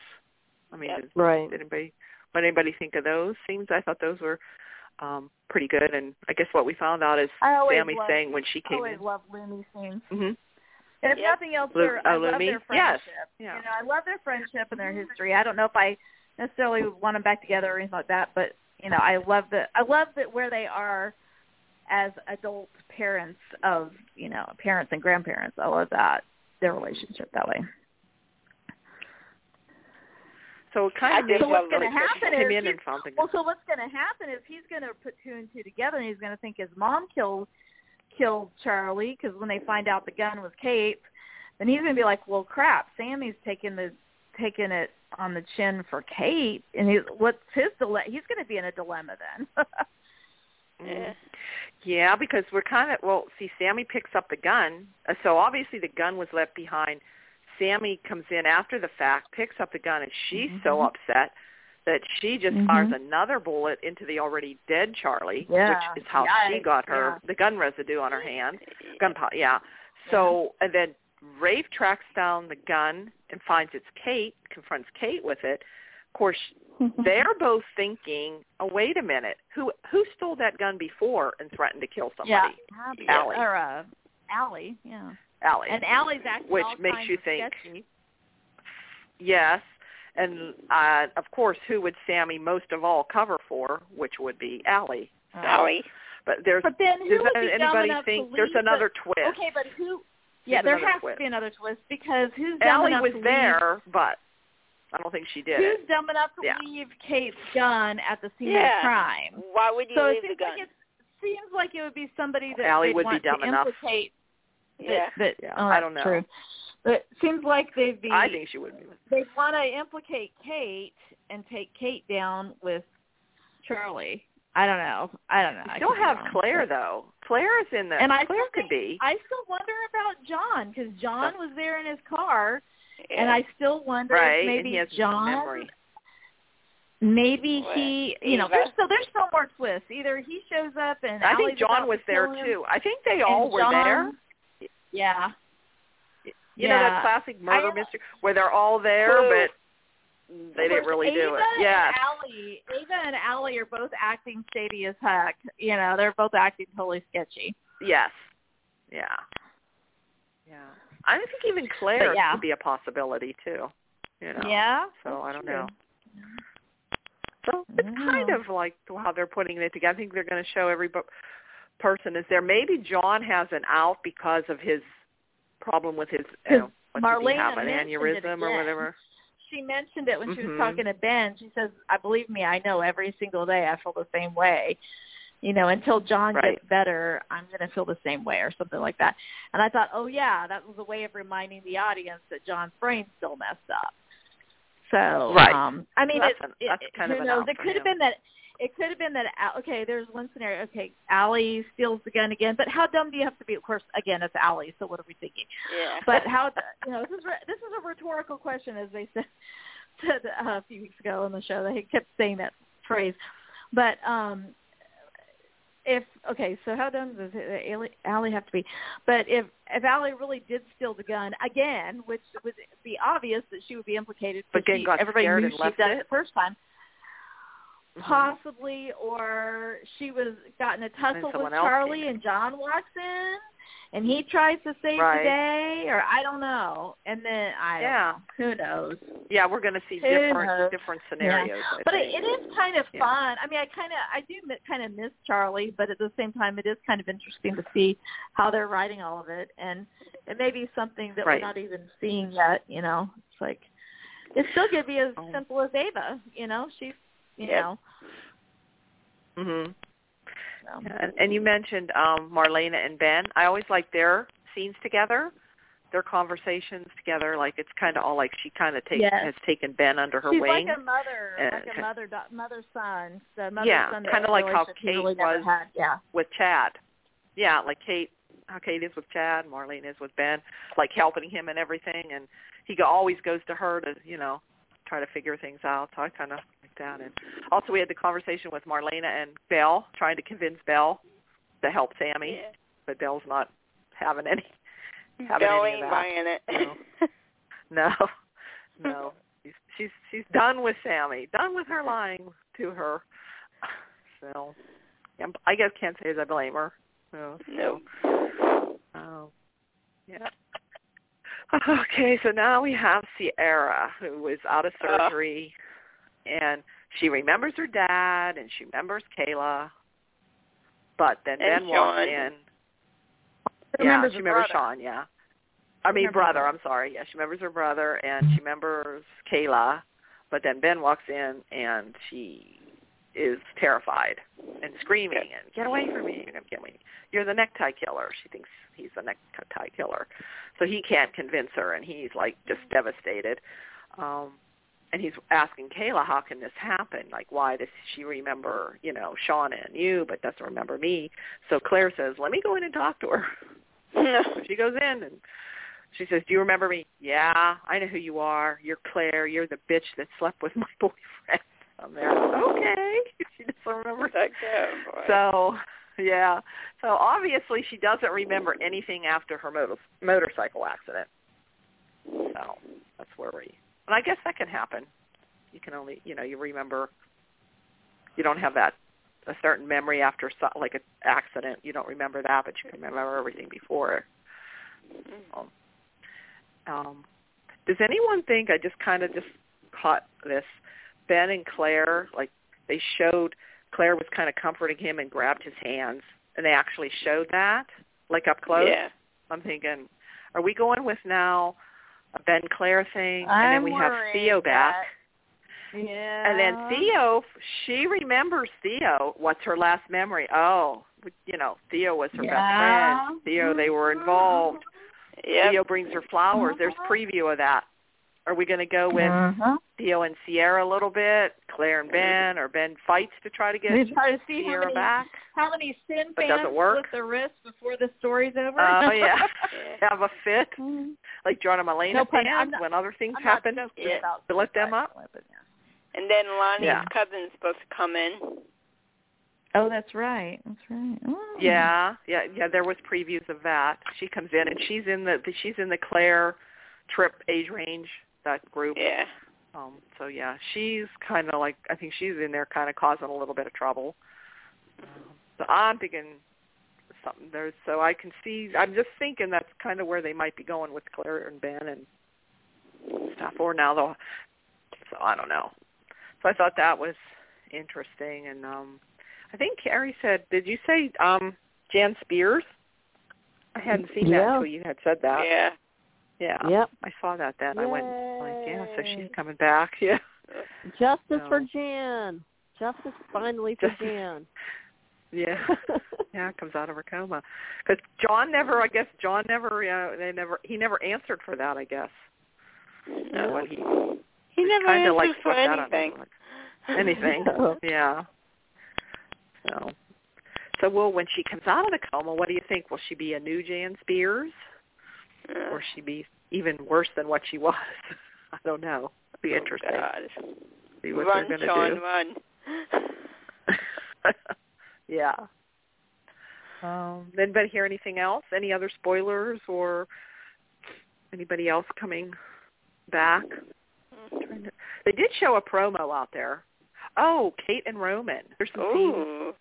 S2: I mean,
S4: Yep.
S2: did,
S3: Right.
S2: did anybody would anybody think of those scenes? I thought those were um pretty good, and I guess what we found out is
S5: I always
S2: Sammy
S5: love,
S2: saying when she
S5: I
S2: came
S5: always
S2: in.
S5: love Loomy scenes.
S2: hmm
S5: And if
S4: Yep.
S5: nothing else,
S2: Lu-
S5: they're, I
S2: oh,
S5: love their
S2: Lumi? Yes.
S5: friendship.
S2: Yeah.
S5: You know, I love their friendship and their history. I don't know if I necessarily would want them back together or anything like that, but you know, I love the I love that where they are as adult parents of you know parents and grandparents. I love that their relationship that way.
S2: So it kind
S4: I
S2: of
S4: just
S2: made
S5: So what's
S4: love
S5: going to
S4: Lucas.
S5: happen
S2: came
S5: is
S2: in
S5: he's
S2: and found something.
S5: well, so what's going to happen is he's going to put two and two together, and he's going to think his mom killed killed Charlie because when they find out the gun was Kate's, then he's going to be like, "Well, crap, Sammy's taking the taking it on the chin for Kate, and he's what's his dilemma? He's going to be in a dilemma then."
S4: Yeah.
S2: Mm. Yeah, because we're kind of well. See, Sammy picks up the gun, Uh, so obviously the gun was left behind. Sammy comes in after the fact, picks up the gun, and she's so
S5: Mhm.
S2: upset that she just
S5: Mhm.
S2: fires another bullet into the already dead Charlie,
S5: Yeah.
S2: which is how she
S5: Yikes,
S2: got her the gun residue on her hand. Gunpowder, yeah. So and then Rafe tracks down the gun and finds it's Kate, confronts Kate with it. Of course, they're both thinking, "Oh, wait a minute, who who stole that gun before and threatened to kill somebody?"
S5: yeah,
S2: Allie.
S5: or uh, Allie, yeah,
S2: Allie.
S5: and Allie's acting
S2: Which
S5: all
S2: makes
S5: kinds
S2: you
S5: of
S2: think.
S5: sketchy.
S2: Yes, and uh, of course, who would Sammy most of all cover for? Which would be Allie.
S5: Uh,
S4: Howie.
S2: But there's
S5: But then who
S2: does
S5: would be dumb
S2: anybody
S5: enough
S2: think
S5: to
S2: there's
S5: leave the-
S2: another twist?
S5: Okay, but who? Yeah,
S2: There's
S5: there
S2: another
S5: has
S2: twist.
S5: to be another twist because who's dumb
S2: Allie
S5: enough
S2: was
S5: to leave-
S2: there, but I don't think she did it.
S5: Who's dumb enough to
S2: Yeah.
S5: leave Kate's gun at the scene
S4: Yeah.
S5: of crime?
S4: Why would you
S5: So
S4: leave
S5: it
S4: the
S5: seems
S4: gun?
S5: like it seems like it would be somebody that
S2: Allie
S5: they'd
S2: would be
S5: want
S2: dumb
S5: to
S2: enough.
S5: implicate. That,
S4: yeah.
S5: that,
S2: Yeah,
S5: oh,
S2: I don't
S5: that's
S2: know.
S5: True. But it seems like they'd be.
S2: I think she would be.
S5: they want to implicate Kate and take Kate down with Charlie. I don't know. I don't know. I
S2: You don't
S5: could be
S2: have
S5: wrong,
S2: Claire
S5: but-
S2: though. Claire is in there.
S5: And I
S2: Claire
S5: still
S2: could
S5: think-
S2: be.
S5: I still wonder about John because John was there in his car
S4: yeah.
S5: And I still wonder
S2: Right,
S5: if
S2: and
S5: maybe
S2: he has
S5: John,
S2: memory.
S5: maybe
S4: Right.
S5: he, you know,
S4: Eva.
S5: there's still there's still more twists. Either he shows up and
S2: I
S5: Allie's
S2: think John
S5: about
S2: was
S5: to
S2: there
S5: kill him,
S2: too. I think they
S5: and
S2: all were
S5: John-
S2: there.
S5: Yeah,
S2: You know
S5: Yeah.
S2: that classic murder
S5: I-
S2: mystery where they're all there
S4: Clue.
S2: but they didn't
S5: There's
S2: really
S5: Ava
S2: do it. Yeah.
S5: and Allie, Ava and Allie are both acting shady as heck. You know, they're both acting totally sketchy.
S2: Yes. Yeah. Yeah. I think even Claire
S5: But, yeah.
S2: could be a possibility too. You know.
S5: Yeah.
S2: So I don't
S5: true.
S2: know. So it's
S5: don't
S2: kind
S5: know.
S2: of like how they're putting it together. I think they're going to show every bo- person is there. Maybe John has an out because of his problem with his you
S5: 'Cause
S2: know, what did he
S5: Marlena
S2: have, an
S5: mentioned it
S2: aneurysm or
S5: again.
S2: whatever.
S5: She mentioned it when she
S2: Mhm.
S5: was talking to Ben. She says, "I believe me, I know every single day I feel the same way. You know, until John
S2: Right.
S5: gets better, I'm going to feel the same way or something like that." And I thought, "Oh yeah, that was a way of reminding the audience that John's brain's still messed up." So,
S2: Right.
S5: um I mean,
S2: That's
S5: it,
S2: an- that's
S5: it-
S2: kind
S5: who
S2: of an
S5: knows?
S2: out
S5: It
S2: for
S5: could
S2: him.
S5: have been that it could have been that Al- okay, there's one scenario. Okay, Allie steals the gun again, but how dumb do you have to be? Of course, again, it's Allie, so what are we thinking?
S4: Yeah.
S5: But how you know this is re- this is a rhetorical question, as they said, said uh, a few weeks ago on the show. They kept saying that phrase, but um, if okay, so how dumb does it- Allie, Allie have to be? But if if Allie really did steal the gun again, which would be obvious that she would be implicated,
S2: But
S5: because
S2: then
S5: she-
S2: got
S5: everybody
S2: scared
S5: knew
S2: and
S5: she'd
S2: left
S5: done it
S2: it?
S5: the first time
S2: Mhm.
S5: possibly, or she was got in a tussle with
S2: someone else came
S5: Charlie,
S2: in.
S5: and John walks in, and he tries to save
S2: Right.
S5: the day, or I don't know. And then I
S2: Yeah.
S5: don't know. who knows.
S2: Yeah, we're going to see
S5: Who knows?
S2: different different scenarios. I
S5: But it,
S2: think.
S5: it is kind of
S2: Yeah.
S5: fun. I mean, I kind of I do mi- kind of miss Charlie, but at the same time, it is kind of interesting to see how they're writing all of it, and it may be something that
S2: Right.
S5: we're not even seeing yet. You know, it's like it's still gonna be as
S2: Um,
S5: simple as Ava. You know, she's you
S4: Yep.
S5: know.
S2: hmm
S5: so.
S2: And, and you mentioned um, Marlena and Ben. I always like their scenes together, their conversations together. Like it's kind of all like she kind of takes
S5: Yes.
S2: has taken Ben under her
S5: She's
S2: wing.
S5: like a mother,
S2: Uh,
S5: like
S2: okay.
S5: a mother, do- mother son, the mother
S2: Yeah,
S5: son. that
S2: kinda like how
S5: relationship
S2: Kate
S5: he really never
S2: was.
S5: Had. Yeah,
S2: with Chad. Yeah, like Kate, how Kate is with Chad, Marlene is with Ben, like helping him and everything, and he go, always goes to her to, you know, try to figure things out. So I kind of like that. And also, we had the conversation with Marlena and Belle, trying to convince Belle to help Sammy,
S4: yeah.
S2: but Belle's not having any. Having
S4: Bill
S2: any
S4: ain't
S2: of that.
S4: buying it.
S2: No, no, she's she's she's done with Sammy, done with her lying to her. So, yeah, I guess can't say that I blame her. So,
S4: no.
S2: Oh, yeah. Okay, so now we have Sierra, who was out of
S4: Uh.
S2: surgery, and she remembers her dad, and she remembers Kayla, but then
S4: And
S2: Ben walks
S4: Sean.
S2: in.
S5: She
S2: yeah,
S5: remembers
S2: she
S5: her
S2: remembers
S5: brother.
S2: Sean. Yeah, I mean
S5: remembers
S2: brother.
S5: her.
S2: I'm sorry. Yeah, she remembers her brother, and she remembers Kayla, but then Ben walks in, and she is terrified and screaming and get away from me and get away you're the necktie killer. She thinks he's the necktie killer. So he can't convince her, and he's like just devastated. Um, and he's asking Kayla, how can this happen? Like, why does she remember, you know, Shauna and you, but doesn't remember me? So Claire says, let me go in and talk to her. So she goes in and she says, "Do you remember me? Yeah, I know who you are. You're Claire. You're the bitch that slept with my boyfriend." I'm there. Okay, she doesn't remember
S4: Like, oh, boy.
S2: so yeah. So obviously she doesn't remember anything after her motor, motorcycle accident. So that's where we. And I guess that can happen. You can only you know you remember. You don't have that a certain memory after so, like an accident. You don't remember that, but you can remember everything before.
S5: Mm-hmm.
S2: Um, um, does anyone think I just kind of just caught this? Ben and Claire, like they showed Claire was kind of comforting him and grabbed his hands, and they actually showed that like up close.
S4: Yeah.
S2: I'm thinking, are we going with now a Ben Claire thing, and then
S5: I'm
S2: we have
S5: worried
S2: Theo back,
S5: that- Yeah.
S2: and then Theo, she remembers Theo. What's her last memory? Oh, you know, Theo was her
S5: Yeah. Mm-hmm.
S2: best friend. Theo, they were involved.
S4: Yep.
S2: Theo brings her flowers. There's preview of that. Are we going to go with
S5: Uh-huh.
S2: Theo and Sierra a little bit, Claire and Ben, or Ben fights to try to get
S5: We try to see how
S2: Sierra
S5: many,
S2: back?
S5: how many sin
S2: But does it
S5: fans
S2: work?
S5: split their wrist before the story's over.
S2: Oh yeah,
S4: Yeah.
S2: have a fit like John and Malena
S5: No pun-
S2: fans
S5: I'm not-
S2: when other things
S5: I'm not
S2: happen.
S5: joking
S4: Yeah.
S5: about
S2: To lift them
S5: suicide, but yeah.
S4: And then Lonnie's
S2: Yeah.
S4: cousin's supposed to come in.
S5: Oh, that's right. That's right. Oh.
S2: Yeah, yeah, yeah. There was previews of that. She comes in and she's in the she's in the Claire trip age range that group.
S4: Yeah.
S2: Um, so yeah, she's kind of like I think she's in there kind of causing a little bit of trouble. Um, so I'm thinking something there. So I can see. I'm just thinking that's kind of where they might be going with Claire and Ben and stuff. Or now though, so I don't know. So I thought that was interesting. And um, I think Carrie said, did you say um, Jan Spears? I hadn't seen that
S3: Yeah.
S2: until you had said that.
S4: Yeah.
S2: Yeah.
S3: Yep.
S2: I saw that then. I went like, yeah. So she's
S3: Yay.
S2: coming back. Yeah.
S3: Justice for
S2: No.
S3: Jan. Justice finally for
S2: Justice.
S3: Jan.
S2: Yeah, yeah, comes out of her coma. Because John never, I guess John never, uh, they never, he never answered for that. I guess. Uh,
S4: No.
S2: When he
S4: He
S2: just
S4: never
S2: kinda,
S4: answers
S2: like,
S4: for
S2: swept that under
S4: anything.
S2: the rug. Anything.
S3: No.
S2: yeah. So, so well, when she comes out of the coma, what do you think? Will she be a new Jan Spears,
S4: Uh,
S2: or she be even worse than what she was? I don't know. It'd be
S4: oh,
S2: interesting.
S4: God.
S2: See what
S4: run,
S2: they're
S4: Sean,
S2: going to
S4: run.
S2: do. yeah. Um, did anybody hear anything else? Any other spoilers or anybody else coming back? Trying to- They did show a promo out there. Oh, Kate and Roman. There's some scenes
S4: Ooh.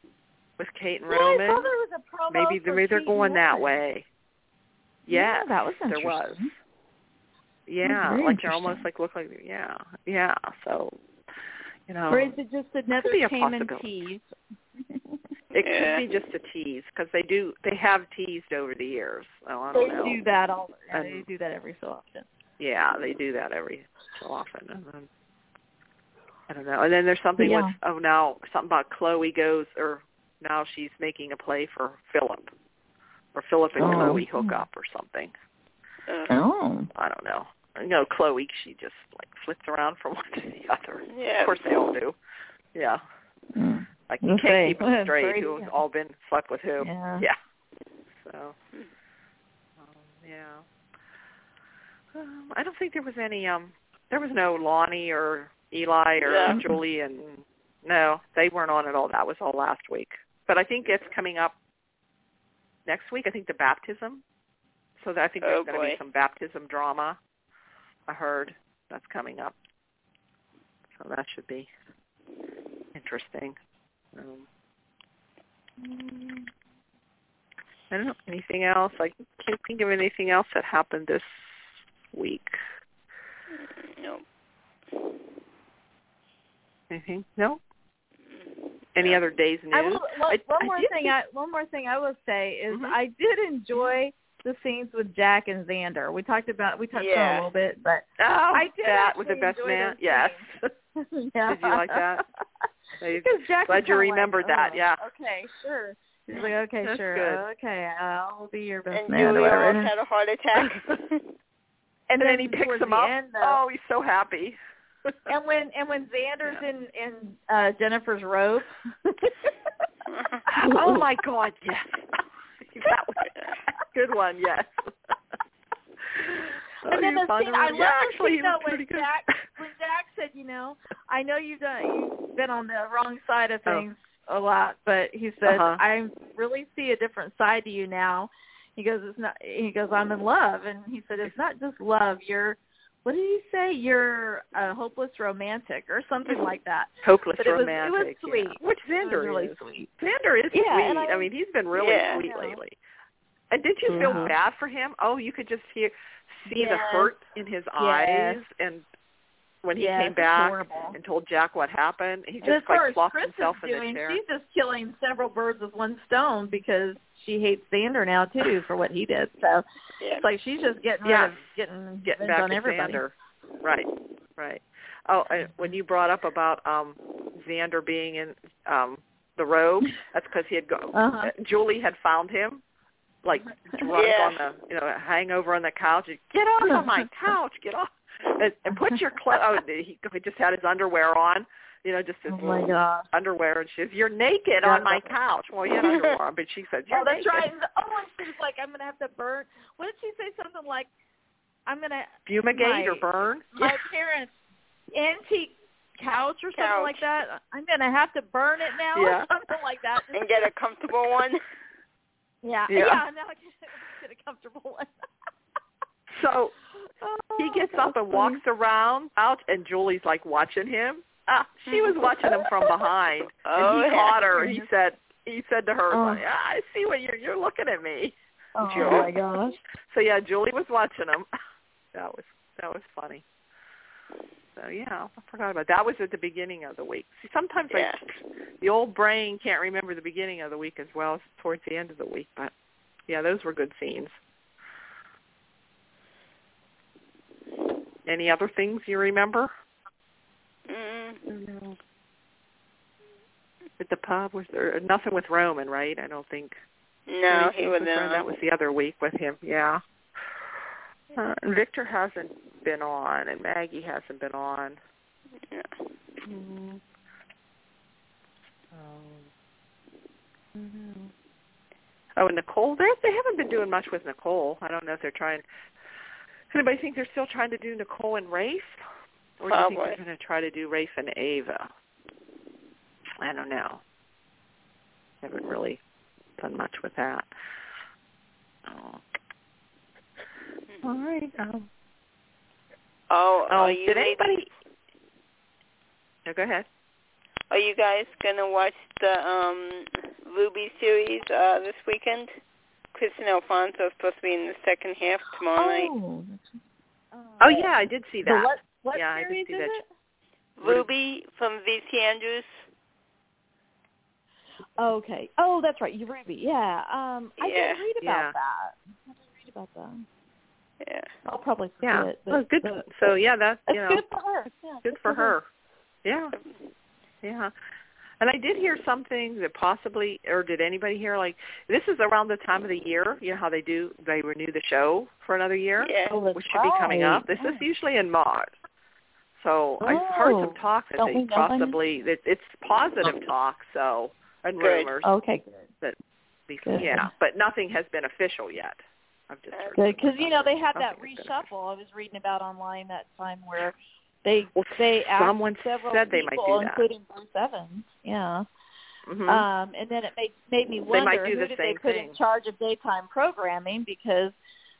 S2: with Kate and
S5: Oh. Yeah, I
S2: Roman.
S5: thought there was a promo
S2: maybe
S5: for
S2: maybe they're
S5: Kate
S2: going that
S5: Norton.
S2: way.
S5: Yeah,
S2: Yes,
S5: that was
S2: there was.
S5: interesting.
S2: Yeah,
S5: very
S2: like they're
S5: interesting.
S2: almost like look like yeah, yeah. So you know,
S5: Or is it just another
S2: be a
S5: shame and
S2: possibility.
S5: tease?
S2: it
S4: Yeah.
S2: could be just a tease because they do they have teased over the years. So I
S5: They
S2: don't know.
S5: do that all.
S2: And-
S5: they do that every so often.
S2: Yeah, they do that every so often. And then, I don't know. And then there's something
S5: Yeah.
S2: with oh now something about Chloe goes or now she's making a play for Philip or Philip and
S5: Oh.
S2: Chloe hook up or something.
S4: Uh,
S5: Oh,
S2: I don't know. You know, Chloe, she just like flips around from one to the other.
S4: yeah.
S2: Of course, they all do. Yeah, like you
S5: Let's
S2: can't
S5: see.
S2: keep them
S5: Mm. Well,
S2: straight.
S5: three,
S2: Who's
S5: yeah.
S2: all been slept with who?
S5: yeah.
S2: Yeah. So, hmm. um, yeah. Um, I don't think there was any. Um, there was no Lonnie or Eli or
S4: Yeah.
S2: Julie, and no, they weren't on at all. That was all last week. But I think it's coming up next week. I think the baptism. So that, I think there's
S4: Oh,
S2: going to be
S4: boy.
S2: some baptism drama. I heard that's coming up. So that should be interesting. Um, I don't know anything else. I can't think of anything else that happened this week.
S4: No.
S2: Anything? No. Any other days news?
S5: I will, one,
S2: I- I
S5: one more
S2: did
S5: thing.
S2: think-
S5: I one more thing I will say is
S2: Mhm.
S5: I did enjoy the scenes with Jack and Xander. We talked about we touched on
S4: Yeah.
S5: it a little bit, but
S2: oh,
S5: I did
S2: that was the
S5: actually
S2: best
S5: enjoy
S2: man.
S5: those
S2: Yes.
S5: yeah.
S2: Did you like that? They-
S5: because Jack
S2: glad
S5: was
S2: you
S5: kinda like,
S2: remembered that,
S5: "Oh,
S2: yeah.
S5: Okay. Sure. He's like, okay,
S2: That's
S5: sure,
S2: good.
S5: okay, I'll be your best
S4: And
S5: man, or
S4: Julie
S5: whatever.
S4: almost had a heart attack.
S5: and
S2: and then he
S5: towards
S2: picks him
S5: the
S2: up.
S5: End, though,
S2: oh, he's so happy.
S5: And when and when Xander's in in uh Jennifer's robe.
S2: oh my God! Yes. that was good one. Yes. Oh,
S5: then
S2: you
S5: the
S2: found
S5: scene-
S2: a
S5: I
S2: room-
S5: love
S2: yeah,
S5: the
S2: actually,
S5: scene
S2: he was
S5: though when
S2: pretty good.
S5: Jack- when Jack said, you know, I know you've done you've been on the wrong side of
S2: Oh.
S5: things a lot, but he said,
S2: Uh-huh.
S5: I really see a different side to you now. He goes, it's not. He goes, I'm in love, and he said, it's not just love. You're, what did he say? You're a hopeless romantic or something like that.
S2: Hopeless
S5: But it was- it was
S2: romantic. yeah.
S5: sweet.
S2: Which
S5: It was
S2: Xander
S5: really
S2: is.
S5: sweet.
S2: Xander is
S5: Yeah,
S2: sweet.
S5: and
S2: I,
S5: I-
S2: mean, he's been really
S4: Yeah.
S2: sweet
S5: Yeah.
S2: lately. And did you feel
S5: Yeah.
S2: bad for him? Oh, you could just hear, see the
S5: Yes.
S2: hurt in his eyes, and when he
S5: Yes,
S2: came
S5: it's
S2: back
S5: horrible.
S2: and told Jack what happened, he
S5: And as
S2: just
S5: far
S2: like
S5: as
S2: flopped
S5: Chris
S2: himself
S5: is
S2: in
S5: doing,
S2: the chair.
S5: she's just killing several birds with one stone because she hates Xander now too for what he did. So
S4: yeah.
S5: It's like she's just getting rid
S2: Yeah.
S5: of getting
S2: getting
S5: revenge
S2: back
S5: on
S2: to
S5: everybody.
S2: Xander. Right, right. Oh, and when you brought up about um Xander being in um the robe, that's because he had go-
S5: Uh-huh.
S2: Julie had found him, like drunk
S4: Yeah.
S2: on the you know hangover on the couch. He'd, get off of my couch! Get off! And, and put your clothes. Oh, he, he just had his underwear on. You know, just his
S5: Oh my god.
S2: underwear and shoes. You're naked
S5: Yeah.
S2: on my couch. Well, he had underwear on, but she said,
S5: Oh,
S2: "You're
S5: that's
S2: naked."
S5: right. And- Oh, and she's like, I'm gonna have to burn. What did she say? Something like, I'm gonna
S2: Fumigate or
S5: My-
S2: burn?
S5: my parents' antique couch or something
S4: Couch.
S5: like that. I'm gonna have to burn it now
S2: Yeah.
S5: or something like that.
S4: And get a comfortable one.
S5: yeah.
S2: Yeah.
S5: yeah. Now I can get a comfortable one.
S2: So He
S5: Oh,
S2: gets up and walks around out, and Julie's like watching him. Ah, she was watching him from behind,
S4: Oh,
S2: and he
S4: yeah.
S2: caught her. And he said, he said to her,
S5: Oh.
S2: like, ah, "I see what you're you're looking at me."
S5: Oh
S2: Julie.
S5: my gosh.
S2: So yeah, Julie was watching him. That was that was funny. So yeah, I forgot about that. was at the beginning of the week. See, sometimes
S4: Yeah.
S2: like the old brain can't remember the beginning of the week as well as towards the end of the week. But yeah, those were good scenes. Any other things you remember? Mm-hmm.
S4: Mm.
S2: At the pub was there nothing with Roman, right? I don't think.
S4: Mm-hmm. No, he
S2: anything with
S4: wasn't.
S2: Roman. That was the other week with him. Yeah. Uh, and Victor hasn't been on, and Maggie hasn't been on. Mm-hmm.
S4: Yeah.
S2: Um,
S5: Mm-hmm.
S2: Oh, and Nicole, they they haven't been doing much with Nicole. I don't know if they're trying. Anybody think they're still trying to do Nicole and Rafe, or do you think
S4: Probably.
S2: they're going to try to do Rafe and Ava? I don't know. Haven't really done much with that. Oh. All right. Um,
S4: Oh,
S2: oh,
S4: are you
S2: did
S4: ladies-
S2: anybody? No, go ahead.
S4: Are you guys gonna watch the um Ruby series uh this weekend? Kristen Alfonso is supposed to be in the second half tomorrow night.
S5: Oh, that's-
S2: Oh yeah, I did see
S5: The
S2: that.
S5: what what
S2: Yeah, I did
S5: series
S2: see
S5: is
S2: that.
S5: it?
S2: Ru-
S4: Ruby from VC Andrews.
S5: Okay. Oh, that's right. You Ruby. Yeah.
S3: Uh,
S5: Um, I
S4: Yeah.
S5: didn't read about
S2: Yeah.
S5: that. I didn't read about that.
S4: Yeah.
S5: I'll probably forget.
S2: Yeah.
S5: But,
S2: oh, good.
S5: but-
S2: so yeah, that
S5: it's
S2: you know.
S5: good Uh-huh. for her. Yeah,
S2: good for her. Yeah, yeah. And I did hear something that possibly, or did anybody hear? Like this is around the time of the year. You know how they do? They renew the show for another year,
S4: Yeah.
S5: Oh, that's
S2: which should be coming
S5: right.
S2: up. This is
S5: Yeah.
S2: usually in March. So I heard
S5: Oh,
S2: some talk that
S5: don't we
S2: they
S5: know Oh. by now?
S2: possibly that it's positive talk. So and
S4: Good.
S2: rumors.
S5: Okay.
S2: before,
S5: Oh, good.
S2: yeah, but nothing has been official yet. I've just heard
S5: Good.
S2: rumors
S5: Because you know
S2: about
S5: they
S2: it.
S5: had that
S2: Nothing has been official.
S5: reshuffle. I was reading about online that time where they
S2: Well,
S5: they asked
S2: someone
S5: several
S2: said they might do
S5: people,
S2: that.
S5: including Bruce Evans. Yeah.
S2: Mhm.
S5: Um, and then it made made me
S2: They
S5: wonder
S2: might do
S5: who
S2: the
S5: did
S2: same
S5: they put
S2: thing.
S5: in charge of daytime programming because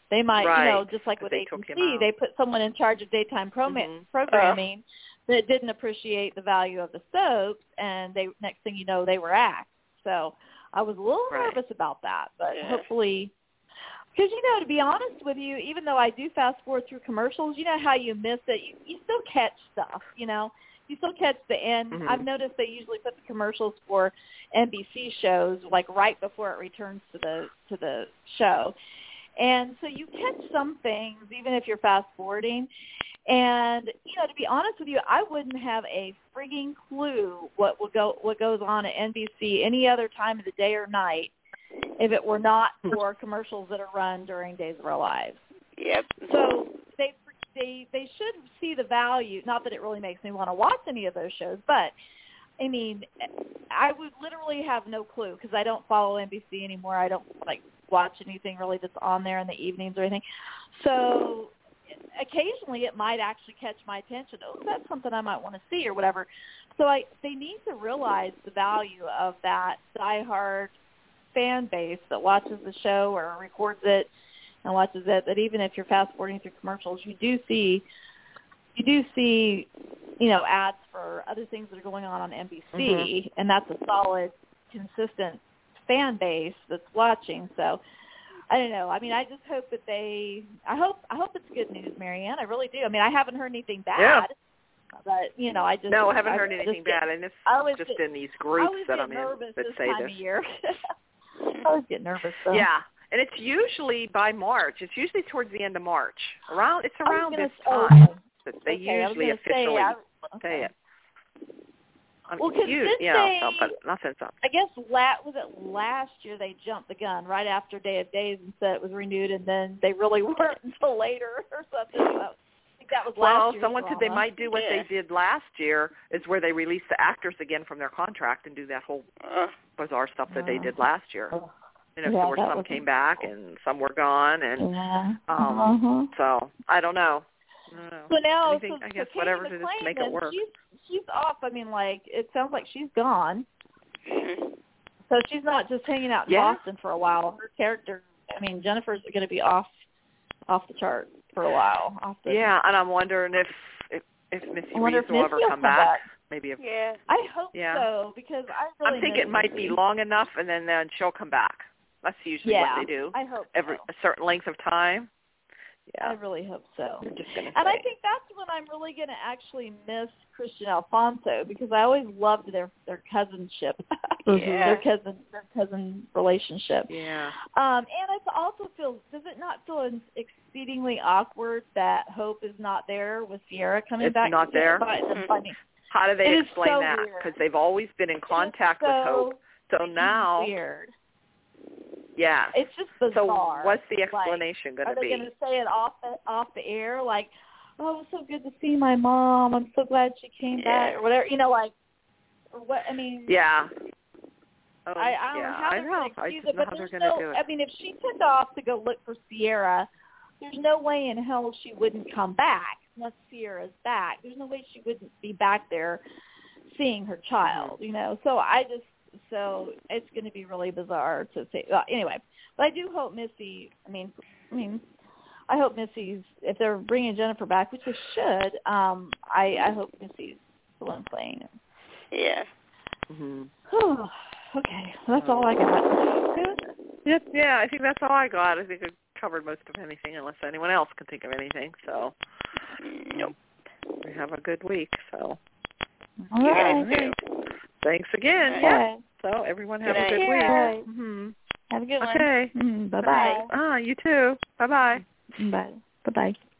S5: they might, you know,
S2: Right.
S5: just like with
S2: They took him
S5: ATC,
S2: out.
S5: they put someone in charge of daytime prom-
S2: Mhm.
S5: programming that didn't appreciate the value of the soaps, and they next thing you know they were axed. So I was a little
S2: Right.
S5: nervous about that, but
S4: Yeah.
S5: hopefully. Because you know, to be honest with you, even though I do fast forward through commercials, you know how you miss it. You, you still catch stuff, you know. You still catch the end.
S2: Mhm.
S5: I've noticed they usually put the commercials for NBC shows like right before it returns to the to the show. And so you catch some things even if you're fast forwarding. And you know, to be honest with you, I wouldn't have a frigging clue what will go what goes on at NBC any other time of the day or night if it were not for commercials that are run during Days of Our Lives.
S4: Yep.
S5: So they they they should see the value. Not that it really makes me want to watch any of those shows, but I mean, I would literally have no clue because I don't follow NBC anymore. I don't like watch anything really that's on there in the evenings or anything. So occasionally it might actually catch my attention. Oh, that's something I might want to see or whatever. So I they need to realize the value of that diehard fan base that watches the show or records it and watches it that even if you're fast forwarding through commercials you do see you do see you know ads for other things that are going on on NBC and that's a solid consistent fan base that's watching so I don't know. I mean, I just hope that they. I hope. I hope it's good news, Marianne. I really do. I mean, I haven't heard anything bad,
S2: Yeah.
S5: but you know, I just
S2: No, I haven't heard
S5: I just
S2: anything
S5: get-
S2: bad, and it's
S5: I always
S2: just
S5: get-
S2: in these
S5: I
S2: groups
S5: always
S2: that
S5: get
S2: I'm in
S5: nervous
S2: that
S5: this
S2: say
S5: time
S2: this.
S5: of year. I always get nervous. Though.
S2: Yeah, and it's usually by March. It's usually towards the end of March. Around it's
S5: I was
S2: around
S5: gonna
S2: this
S5: s- oh,
S2: time
S5: okay.
S2: that they
S5: Okay, I was
S2: usually
S5: gonna say,
S2: officially
S5: I-
S2: say
S5: okay.
S2: it. I'm
S5: Well, 'cause
S2: confused,
S5: didn't
S2: yeah, so,
S5: they-
S2: but nothing's up.
S5: I guess la was it last year they jumped the gun right after Day of Days and said it was renewed, and then they really weren't until later or something. So I think that was last
S2: Well,
S5: year's
S2: someone said they
S5: drama.
S2: might do what
S4: Yeah.
S2: they did last year, is where they released the actors again from their contract and do that whole
S4: Uh,
S2: bizarre stuff that they
S5: Oh.
S2: did last year.
S5: Oh.
S2: You know,
S5: Yeah,
S2: so where
S5: that
S2: some
S5: wasn't
S2: came back and some were gone, and
S5: Yeah.
S2: um,
S5: uh-huh.
S2: so I don't know. I don't know.
S5: So now,
S2: Anything,
S5: so,
S2: I
S5: so
S2: guess,
S5: Katie
S2: whatever to just
S5: McClain,
S2: make it
S5: then,
S2: work.
S5: She's, she's off. I mean, like it sounds like she's gone.
S4: mhm.
S5: So she's not just hanging out in
S2: Yeah.
S5: Boston for a while. Her character, I mean, Jennifer's going to be off off the chart for a while. Off the,
S2: Yeah, and I'm wondering if if, if Missy
S5: I wonder
S2: Reeves
S5: if
S2: will
S5: Missy
S2: ever
S5: will
S2: come back. Maybe if
S4: yeah.
S5: I hope
S2: Yeah.
S5: so because I really
S2: I'm thinking
S5: miss
S2: it might be
S5: Missy.
S2: long enough, and then then she'll come back. That's usually
S5: Yeah,
S2: what they do.
S5: I hope
S2: Every
S5: so.
S2: a certain length of time. Yeah,
S5: I really hope so.
S2: I'm just gonna
S5: And I
S2: say.
S5: think that's when I'm really going to actually miss Christian Alfonso because I always loved their their cousinship,
S4: Yeah.
S5: their cousin their cousin relationship.
S2: yeah,
S5: Um, and it also feels does it not feel exceedingly awkward that Hope is not there with Sierra coming
S2: It's
S5: back?
S2: not
S5: to-
S2: there. Hmm.
S5: but it's funny.
S2: how do
S5: It
S2: they
S5: is
S2: explain
S5: so
S2: that?
S5: weird.
S2: Because they've always been in contact
S5: It is
S2: with Hope. So
S5: freaking
S2: now,
S5: weird.
S2: yeah.
S5: It's just
S2: So
S5: bizarre.
S2: what's the
S5: Like,
S2: explanation
S5: are
S2: going to
S5: they
S2: be?
S5: going to say it off the, off the air? Like, oh, it's so good to see my mom. I'm so glad she came
S4: Yeah.
S5: back, or whatever. You know, like, or what? I mean,
S2: Yeah, Oh,
S5: I, I don't
S2: yeah,
S5: know how
S2: I
S5: they're
S2: know.
S5: gonna
S2: I
S5: excuse
S2: don't
S5: it,
S2: know
S5: but
S2: how they're
S5: there's
S2: going to
S5: no.
S2: do it.
S5: I mean, if she took off to go look for Sierra, there's no way in hell she wouldn't come back unless Sierra's back. There's no way she wouldn't be back there seeing her child, you know. So I just so it's going to be really bizarre to see. Well, anyway, but I do hope Missy. I mean, I mean, I hope Missy's if they're bringing Jennifer back, which they should. Um, I I hope Missy's the one playing. it.
S4: Yeah.
S2: Mm-hmm.
S5: Whew. Okay, that's all I
S2: Oh.
S5: got.
S2: Yep. Yeah, I think that's all I got. I think I covered most of anything, unless anyone else can think of anything. So
S4: Nope.
S2: we have a good week. So
S5: All
S4: You
S5: right.
S4: guys do.
S2: thanks again.
S4: Okay.
S2: Yeah. So everyone have
S4: Good
S2: a good
S4: night.
S2: week.
S3: Right.
S2: Mm-hmm.
S5: Have a good
S2: Okay.
S5: one. Mm, bye
S2: Ah, you too. Bye bye.
S5: bye. Bye bye.